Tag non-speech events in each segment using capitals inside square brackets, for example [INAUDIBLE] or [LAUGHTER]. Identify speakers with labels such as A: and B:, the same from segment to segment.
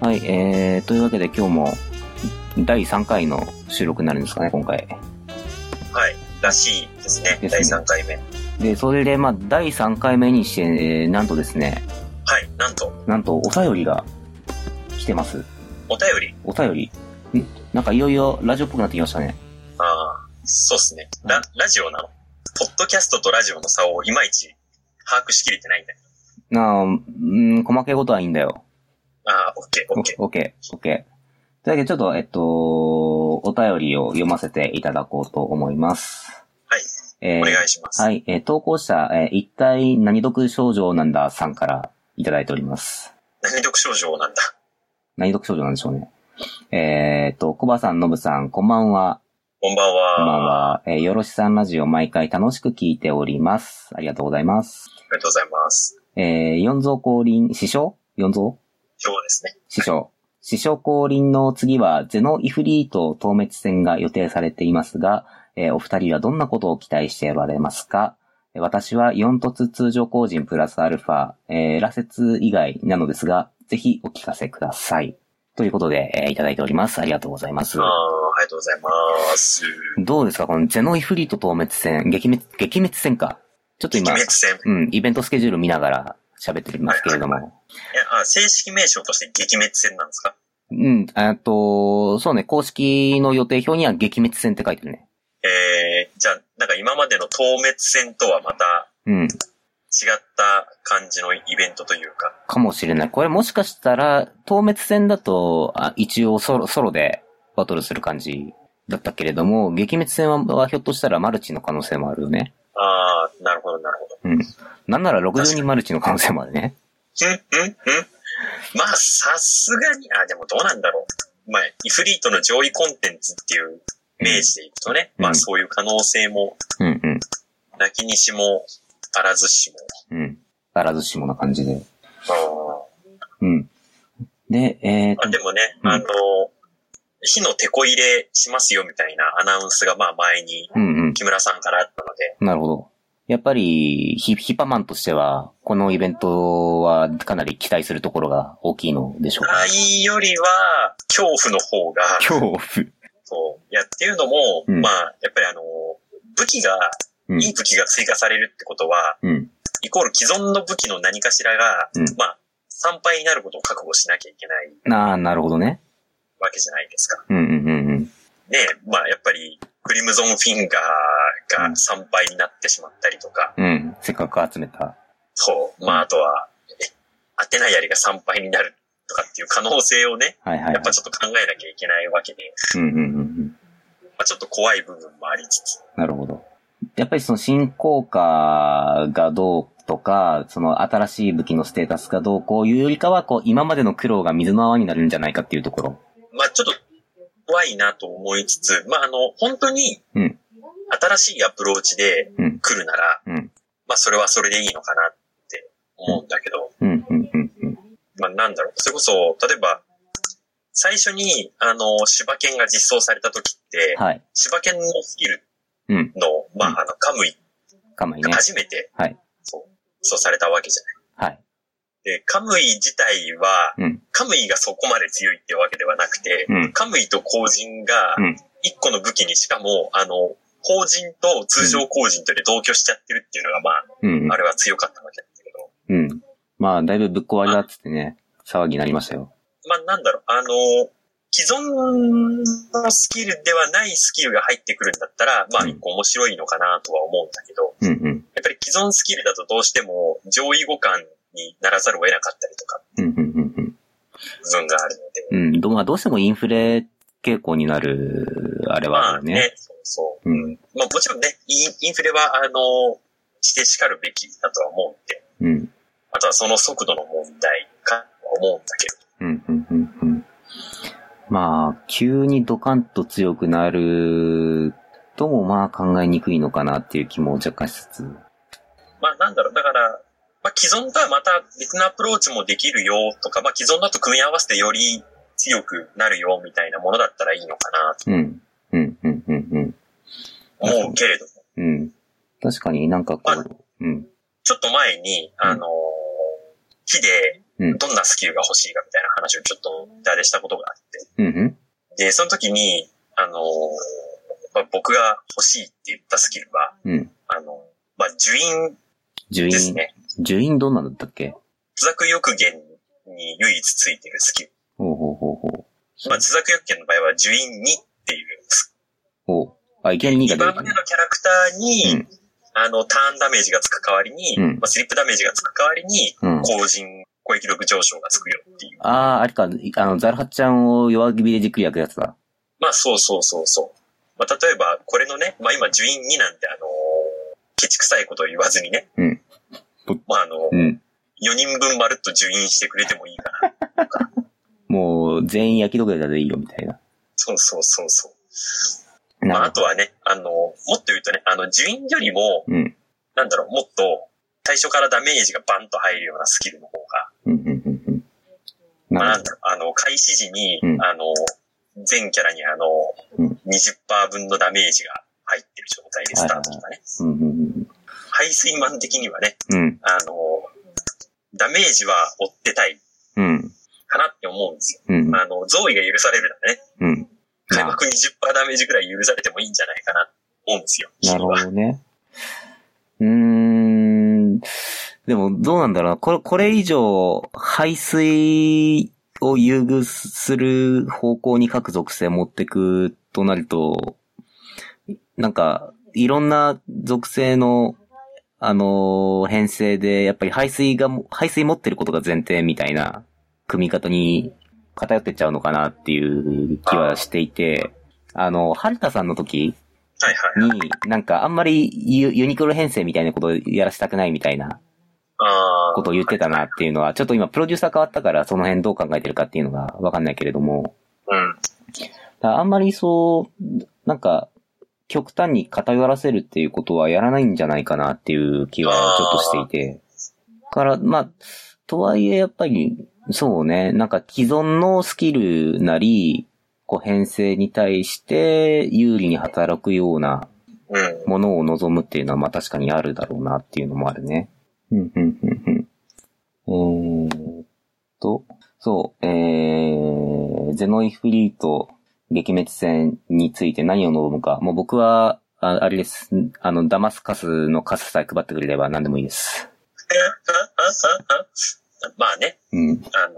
A: はい、えー、というわけで今日も第3回の収録になるんですかね、今回。
B: はい。らしいですね。
A: ですね
B: 第3回目。
A: で、それで、まあ、第3回目にして、えーなんとですね、
B: はい。なんと、
A: なんとお便りが来てます。
B: お便り。
A: お便り。んなんかいよいよラジオっぽくなってきましたね。
B: ああ、そうですね。ラ、ラジオなの。ポッドキャストとラジオの差をいまいち把握しきれてないんだよ。
A: なあ、うん、細けいことはいいんだよ。
B: ああ、オッケー、オッケー。
A: オッケー、オッケー。というわけで、ちょっと、えっと、お便りを読ませていただこうと思います。
B: はい。
A: えー
B: お願いします。
A: はい、えー投稿者、えー一体何毒症状なんださんからいただいております。
B: 何読症状なんだ。
A: 何毒症状なんでしょうね。えーっと、コバさん、ノブさん、こんばんは。
B: こんばんは。
A: こんばんは。えーよろしさんラジオ毎回楽しく聞いております。ありがとうございます。
B: ありがとうございます。
A: えー、四蔵降臨、師匠四蔵
B: 今日ですね。
A: 師匠。師匠降臨の次は、ゼノイフリート東滅戦が予定されていますが、えーお二人はどんなことを期待しておられますかえー私は4突通常工人プラスアルファ、えー、羅刹以外なのですが、ぜひお聞かせください。ということで、えーいただいております。ありがとうございます
B: あ。あ、ありがとうございます。
A: どうですかこのゼノイフリート東滅戦、撃滅、撃滅戦か。ちょっと
B: 鬼
A: 今、
B: 滅戦。
A: うん、イベントスケジュール見ながら喋ってますけれども。
B: いやあ正式名称として撃滅戦なんですか
A: うん、えっと、そうね、公式の予定表には撃滅戦って書いてるね。
B: えー、じゃあ、なんか今までの透滅戦とはまた
A: うん、
B: 違った感じのイベントというか。
A: かもしれない。これもしかしたら、透滅戦だと、あ一応ソロ、ソロでバトルする感じだったけれども、撃滅戦ははひょっとしたらマルチの可能性もあるよね。
B: ああ、なるほど、なるほど。
A: なんなら60人マルチの可能性もあるね。
B: うん、うん、うん。まあ、さすがに、あ、でもどうなんだろう。まあ、イフリートの上位コンテンツっていうイメージでいくとね、
A: うん
B: まあそういう可能性も、
A: うんうん、
B: なきにしも、あらずしも。
A: うん。あらずしもな感じで。
B: あ
A: うん。で、えー、
B: まあでもね、
A: うん
B: あの、火の手こ入れしますよみたいなアナウンスがまあ前に
A: うんうん。
B: 木村さんからあったので、
A: なるほど。やっぱり、ヒヒパマンとしては、このイベントはかなり期待するところが大きいのでしょうか。
B: 愛よりは恐怖の方が、
A: 恐怖。
B: そう。いや、っていうのも、
A: うん
B: まあ、やっぱりあの、武器が、
A: うん
B: いい武器が追加されるってことは、
A: うん。
B: イコール既存の武器の何かしらが、
A: うん
B: まあ、参拝になることを覚悟しなきゃいけない
A: ああ、なるほどね。
B: わけじゃないですか。
A: うんうんうんうん。
B: ねまあ、やっぱり、クリムゾンフィンガー
A: うん
B: が参拝になってしまったりとか、
A: うん。せっかく集めた。
B: そう。まあ、あとは、え当てない槍が参拝になるとかっていう可能性をね、
A: はいはい、はい。
B: やっぱちょっと考えなきゃいけないわけで、
A: うんうんうんうん。
B: まあ、ちょっと怖い部分もありつつ、
A: なるほど。やっぱりその新効果がどうとか、その新しい武器のステータスがどうこういうよりかは、こう、今までの苦労が水の泡になるんじゃないかっていうところ。
B: まあちょっと怖いなと思いつつ、まああの、本当に
A: うん、
B: 新しいアプローチで
A: うん
B: 来るなら、
A: うん
B: まあそれはそれでいいのかなって思うんだけど、
A: うんうんうんうん。
B: まあなんだろう、それこそ、例えば、最初に、あの、柴犬が実装された時って、
A: はい。
B: 柴犬のスキル
A: うん。
B: の、ま
A: うん
B: ああの、カムイ
A: かまい
B: が
A: ね。
B: 初めて、
A: はい
B: そう、そうされたわけじゃない。
A: はい。
B: で、カムイ自体は、
A: うん
B: カムイがそこまで強いってわけではなくて、
A: うん。
B: カムイと後人が
A: うん、
B: 一個の武器にしかも、あの、後人と通常後人とで同居しちゃってるっていうのが、ま
A: うん
B: あ、あ。れは強かったわけだけど、
A: うん。まあ、だいぶぶっ壊れだっつってね、騒ぎになりましたよ。
B: まあ、なんだろう、あの、既存のスキルではないスキルが入ってくるんだったら、まあ、
A: うん
B: 一個面白いのかなとは思うんだけど、
A: うんうん。
B: やっぱり既存スキルだとどうしても上位互換にならざるを得なかったりとか、
A: うんうんうんうん。
B: 部分があるので、
A: うん、どうまあどうしてもインフレ傾向になる、あれはあ
B: まあ
A: るね。
B: ね、そうそう。
A: うん
B: まあ、もちろんね、インインフレは、あの、してしかるべきだとは思うんで、
A: うん。
B: あとはその速度の問題かと思うんだけど。
A: うん、うん、うん、うん。まあ、急にドカンと強くなるともまあ考えにくいのかなっていう気も若干しつつ。
B: まあなんだろう、だから、まあ既存とはまた別のアプローチもできるよとか、まあ既存だと組み合わせてより強くなるよみたいなものだったらいいのかなと
A: うん。うん、うん、うん、
B: 思うけれども、
A: うん。うん。確かになんかこう、うん、
B: ちょっと前に、あのー、火で
A: うん
B: どんなスキルが欲しいかみたいな話をちょっと誰でしたことがあっ
A: うんうん。
B: て。で、その時に、あのーまあ、僕が欲しいって言ったスキルは、
A: うん。
B: あのまあ、受印
A: 受
B: です
A: 印、
B: ね。
A: 受印どんなんだったっけ
B: 著作欲言に唯一ついてるスキル。
A: ほうほうほうほう。
B: まあ、著作欲言の場合は、受印2っていうス
A: ほう。あ、いきなり2が
B: キル。
A: 出
B: 今
A: て
B: ま
A: き
B: で
A: た
B: の
A: ね。
B: キャラクターに、
A: うん
B: あの、ターンダメージがつく代わりに、
A: うん
B: まあ、スリップダメージがつく代わりに、
A: うん。
B: 後陣、攻撃力上昇がつくよっていう。
A: あー、あれか、あの、ザルハちゃんを弱火でじっくり焼くやつだ。
B: まあ、そうそうそうそう。まあ、例えば、これのね、まあ今、受印2なんて、あのーケチくさいことを言わずにね。
A: うんぼ
B: まあ、あの、
A: うん。
B: 4人分まるっと受印してくれてもいいかな。
A: もう、全員焼き土下座でいいよ、みたいな。
B: そうそうそうそう。まあ、
A: な
B: あ
A: る
B: とはね、あのーもっと言うとね、あの、受印よりも、
A: ほど。うん。
B: なんだろう、もっと、最初からダメージがバンと入るようなスキルの方が、
A: うん、うん、うん、うん。
B: まあ、
A: な
B: な
A: る
B: んだろう、あの、開始時に、
A: うん
B: あの、全キャラにあの、
A: うん
B: 20%分のダメージが入ってる状態でスタートとかね。
A: ほど。うん、うん、
B: 排水マン的にはね、
A: うん。
B: あの、ダメージは追ってたい
A: うん、
B: かなって思うんですよ。
A: うん、
B: あの、増位が許されるならね、
A: うん。
B: 開
A: まあ
B: 幕20%ダメージぐらい許されてもいいんじゃないかな、思うんですよ。
A: なるほ
B: 僕は
A: どね。うーん。でも、どうなんだろうな。これ、これ以上、排水を優遇する方向に各属性持ってくとなると、なんか、いろんな属性の、あのー編成で、やっぱり排水が、排水持ってることが前提みたいな、組み方に偏ってっちゃうのかなっていう気はしていて、あの、春田さんの時、
B: はいはい。
A: に、なんかあんまりユユニクロ編成みたいなことをやらせたくないみたいな
B: あ
A: ことを言ってたなっていうのは、ちょっと今プロデューサー変わったからその辺どう考えてるかっていうのがわかんないけれども、
B: あ、うん。
A: だからあんまりそう、なんか、極端に偏らせるっていうことはやらないんじゃないかなっていう気はちょっとしていて。だから、まあ、とはいえやっぱり、そうね、なんか既存のスキルなり、こう編成に対して有利に働くような
B: うん。 [LAUGHS]
A: ものを望むっていうのは、まあ確かにあるだろうなっていうのもあるね。うん、うん、うん、うん。えーっと、そう、えー、ゼノイフリート撃滅戦について何を望むか。もう僕は、ああれです。あの、ダマスカスのカスさえ配ってくれれば何でもいいです。
B: まあね、
A: うん、
B: あの、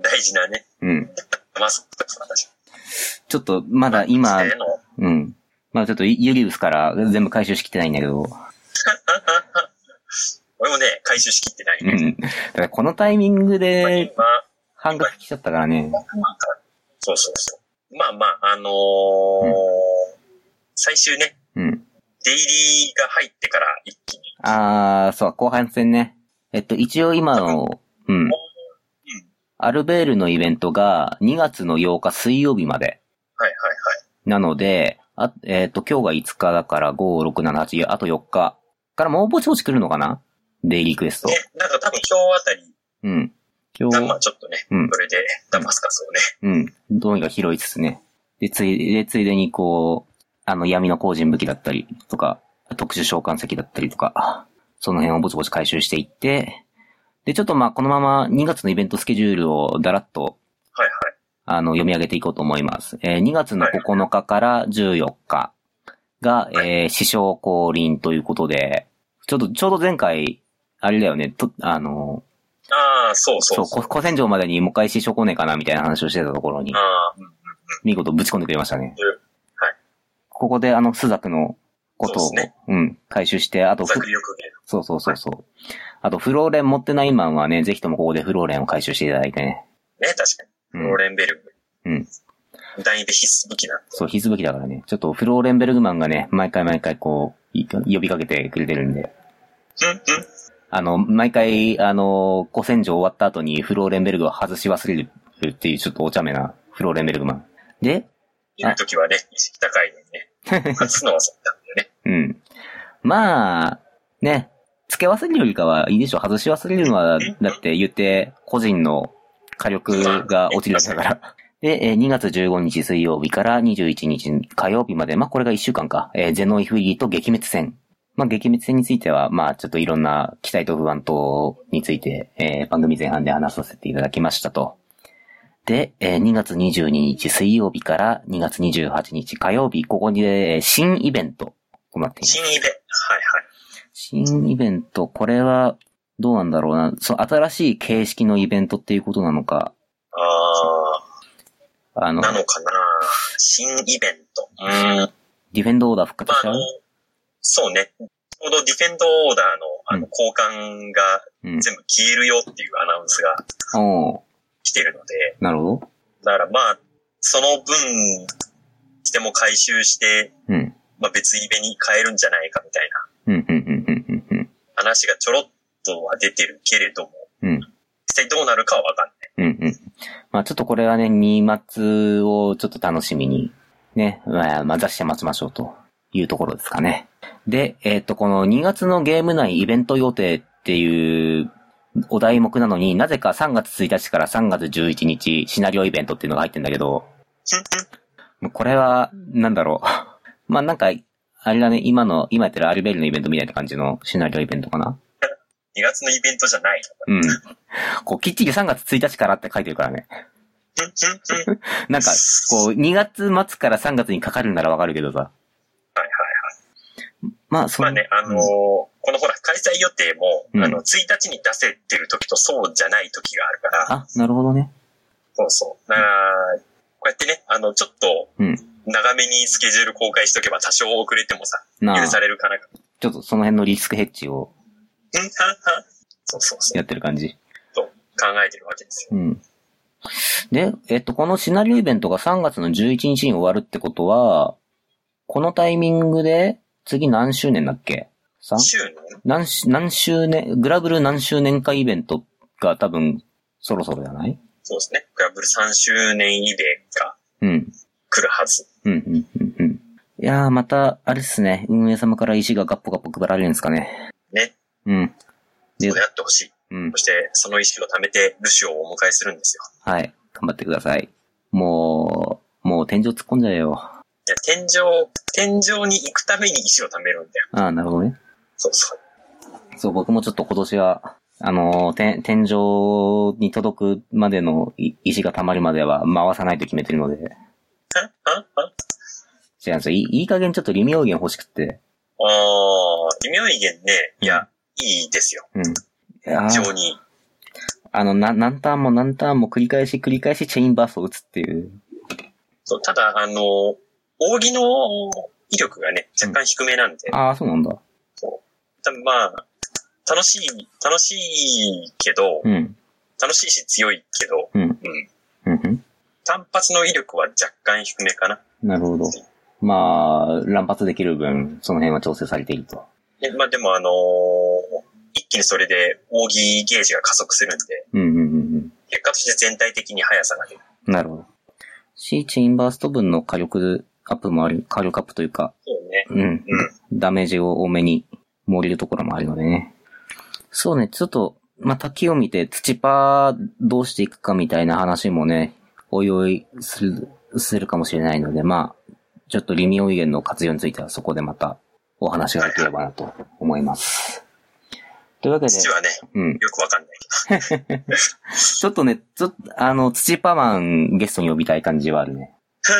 B: 大事なね、
A: うん。
B: マスクとか私。
A: ちょっと、まだ今
B: せ、ーの
A: うん。まあちょっとユリウスから全部回収しきってないんだけど。
B: 俺もね、回収しきってない、
A: う
B: ね。
A: ん。だからこのタイミング
B: まあ
A: で
B: 今
A: 半額来ちゃったからね。
B: そうそうそう。まあまあ、あのー最終ね、
A: うん。
B: デイリーが入ってから一気に。
A: あー、そう、後半戦ね。えっと、一応今の、うん。アルベールのイベントが2月の8日水曜日まで。
B: はいはい
A: なので、あえっと、今日が5日だから5、6、7、8、あと4日。からもうぼちぼち来るのかなデイリークエスト
B: はい。。ね、なんか多分今日あたり、
A: うん。今
B: ま
A: 日
B: あ、ちょっとね、
A: うん
B: それでダマスカスをね、
A: うん。どうにか拾いつつね。で、ついで、ついでにこう、あの、闇の工人武器だったりとか、特殊召喚石だったりとか、その辺をぼちぼち回収していって、で、ちょっとまあ、このまま2月のイベントスケジュールをだらっと、
B: はいはい。
A: あの、読み上げていこうと思います。えー2月の9日から14日が、えー、師匠降臨ということで、ちょっと、ちょうど前回、あれだよね、と、あの、
B: ああ、そうそ
A: そうう、
B: そう。
A: こ古戦場までにもう一回師匠来ねえかな、みたいな話をしてたところに、
B: ああ、うん
A: 見事ぶち込んでくれましたね。
B: はい
A: ここであの、スザクのことを、
B: そうですね
A: うん、回収して、あと、ふ
B: 作力芸。
A: そうそうそうそう。あと、フローレン持ってないマンはね、ぜひともここでフローレンを回収していただいてね。
B: ね、確か
A: う
B: に。
A: ん
B: ローレンベルグ。
A: うん。
B: 第二で必須武器なんで。
A: そう、必須武器だからね。ちょっとフローレンベルグマンがね、毎回毎回こう、い呼びかけてくれてるんで。
B: うんうん。
A: あの、毎回、あの、古戦場終わった後にフローレンベルグを外し忘れるっていうちょっとお茶目なフローレンベルグマン。で、
B: いるときはね、意識高いのにね、外すのはそうなんだよね。
A: うん。まあ、ね、付け忘れるよりかはいいでしょ。外し忘れるのは、だって言って、個人の火力が落ちるだけだから。 [LAUGHS] で、えー2月15日水曜日から21日火曜日まで、まあこれが1週間か、えーゼノイフリーと撃滅戦まあ、激滅戦については、まあ、ちょっといろんな期待と不安とについて、えー番組前半で話させていただきましたと。で、えー2月22日水曜日から2月28日火曜日、ここに、えー新イベントとなっています。
B: 新イベ。はいはい。
A: 新イベント、これは、どうなんだろうな。その新しい形式のイベントっていうことなのか、
B: あ
A: あ
B: ー、
A: の、
B: なのかな新イベント。うーん。
A: ディフェンドオーダー復
B: ま
A: 活し
B: あ、
A: ち
B: あ
A: ゃ
B: の
A: う、
B: そうね。ちょうどディフェンドオーダーのあ
A: う
B: の交換が
A: うん。
B: 全部消えるよっていうアナウンスが
A: お
B: 来てるので、
A: ーなるほど。
B: だからまあ、その分、しても回収して、
A: うん。
B: まあ別イベに変えるんじゃないかみたいな
A: うん、うん、うん、うん、うん、
B: 話がちょろっとは出てるけれども、
A: うん。うん
B: 実際どうなるかはわかんない。
A: うんうん。まあちょっとこれはね、2月をちょっと楽しみに、ね、まあ、まあ出して待ちましょうというところですかね。で、えっ、と、この2月のゲーム内イベント予定っていうお題目なのになぜか3月1日から3月11日シナリオイベントっていうのが入ってんだけど、もうこれは、なんだろう。 [LAUGHS] まあなんか、あれだね、今の、今やってるアルベルのイベントみたいな感じのシナリオイベントかな。
B: 2月のイベントじゃない。
A: うん。こう、きっちり3月1日からって書いてるからね。 [LAUGHS]
B: はい
A: なんか、こう、2月末から3月にかかるならわかるけどさ。
B: はい。
A: まあ、そ
B: ま
A: の
B: あね、あのーこのほら、開催予定も、
A: うん
B: あの、1日に出せてる時とそうじゃない時があるから、
A: あ、なるほどね。
B: そうそう。だからこうやってね、あの、ちょっと、
A: うん
B: 長めにスケジュール公開しとけば多少遅れてもさ、
A: なあ、
B: 許
A: ち
B: されるかな。うん、
A: ょっとその辺のリスクヘッジを
B: はんはんそうそうそう。
A: やってる感じ。
B: 考えてるわけですよ。
A: うん。で、えっと、このシナリオイベントが3月の11日に終わるってことは、このタイミングで、次何周年だっけ ?3?
B: 週の
A: 何し、何周年、グラブル何周年かイベントが多分、そろそろじゃない
B: そうですね。グラブル3周年イベントが
A: うん。
B: 来るはず。
A: うん、うん、うん、うん。いやー、また、あれっすね。運営様から石がガッポガッポ配られるんですかね。
B: ね。
A: うん。で
B: そう、やってほしい。
A: うん
B: そ。して、その意思を貯めて、ルシオをお迎えするんですよ。
A: はい。頑張ってください。もう、もう天井突っ込んじゃえよ。あ
B: いや、天井、天井に行くために石を貯めるんだよ。
A: あ、なるほどね。
B: そうそう。
A: そう、僕もちょっと今年は、あのー、天、天井に届くまでのい石が溜まるまでは回さないと決めてるので。
B: ははは
A: 違うんですよ。いいいい加減ちょっと利妙源欲しくって。
B: [LAUGHS] あー、微妙意見ね。いや、いいですよ。
A: うん。いやー
B: 非常に。
A: あの、な、何ターンも何ターンも繰り返し繰り返しチェインバーストを打つっていう。
B: そうただ、あの、扇の威力がね、若干低めなんで、
A: ああ、そうなんだ。
B: 多分まあ、楽しい、楽しいけど、
A: うん。
B: 楽しいし強いけど、
A: うん。うん
B: うん。
A: うん。
B: 単発の威力は若干低めかな。
A: なるほど。まあ、乱発できる分、その辺は調整されていると。
B: でまあでもあのー一気にそれで扇ゲージが加速するんで、
A: うんうんうん
B: 結果として全体的に速さが出る。
A: うん。なるほど。し、チェインバースト分の火力アップもあり、火力アップというか、
B: そうね。
A: うん。
B: うん。
A: ダメージを多めに盛れるところもあるのでね。そうね、ちょっと、まあ、滝を見て土パーどうしていくかみたいな話もね、おいおいする、するかもしれないので、まあ、ちょっとリミオイゲンの活用についてはそこでまたお話ができればなと思います。というわけで、
B: 土はね、
A: うん。
B: よくわかんない [LAUGHS] け
A: ちょっとね、ちょっと、あの、土パーマンゲストに呼びたい感じはあるね。
B: ど。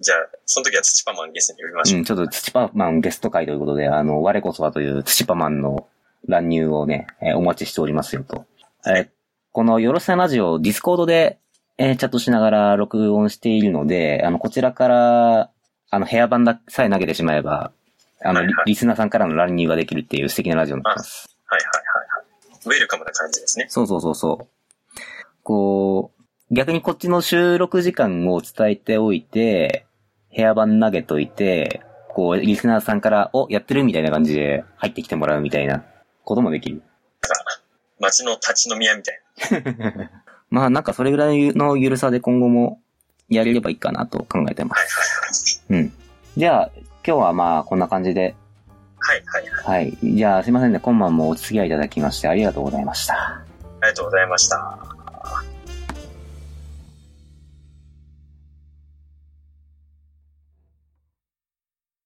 B: じゃあ、その時は土パマンゲストに呼びまし
A: う
B: ょう。
A: ん、ちょっと土パーマンゲスト会ということで、あの、我こそはという土パーマンの乱入をね、えーお待ちしておりますよと。えーこのよろしさラジオ、ディスコードで、えーチャットしながら録音しているので、あの、こちらから、あの、部屋版ださえ投げてしまえば、あの、
B: はい
A: リ
B: はい
A: リスナーさんからの乱入ができるっていう素敵なラジオになってます。
B: はいはいはいはい。ウェルカムな感じですね。
A: そうそうそうそう。こう、逆にこっちの収録時間を伝えておいて、部屋版投げといて、こう、リスナーさんから、お、やってるみたいな感じで入ってきてもらうみたいなこともできる。
B: 街の立ち飲み屋みたい
A: まあなんかそれぐらいのゆるさで今後もやれればいいかなと考えてま
B: な。は
A: す。
B: いは
A: うん。じゃあ、今日はまあこんな感じで、
B: いはい。はいはいはい。
A: はい。じゃあすいませんね、今晩もお付き合いいただきましてありがとうございました。
B: ありがとうございました。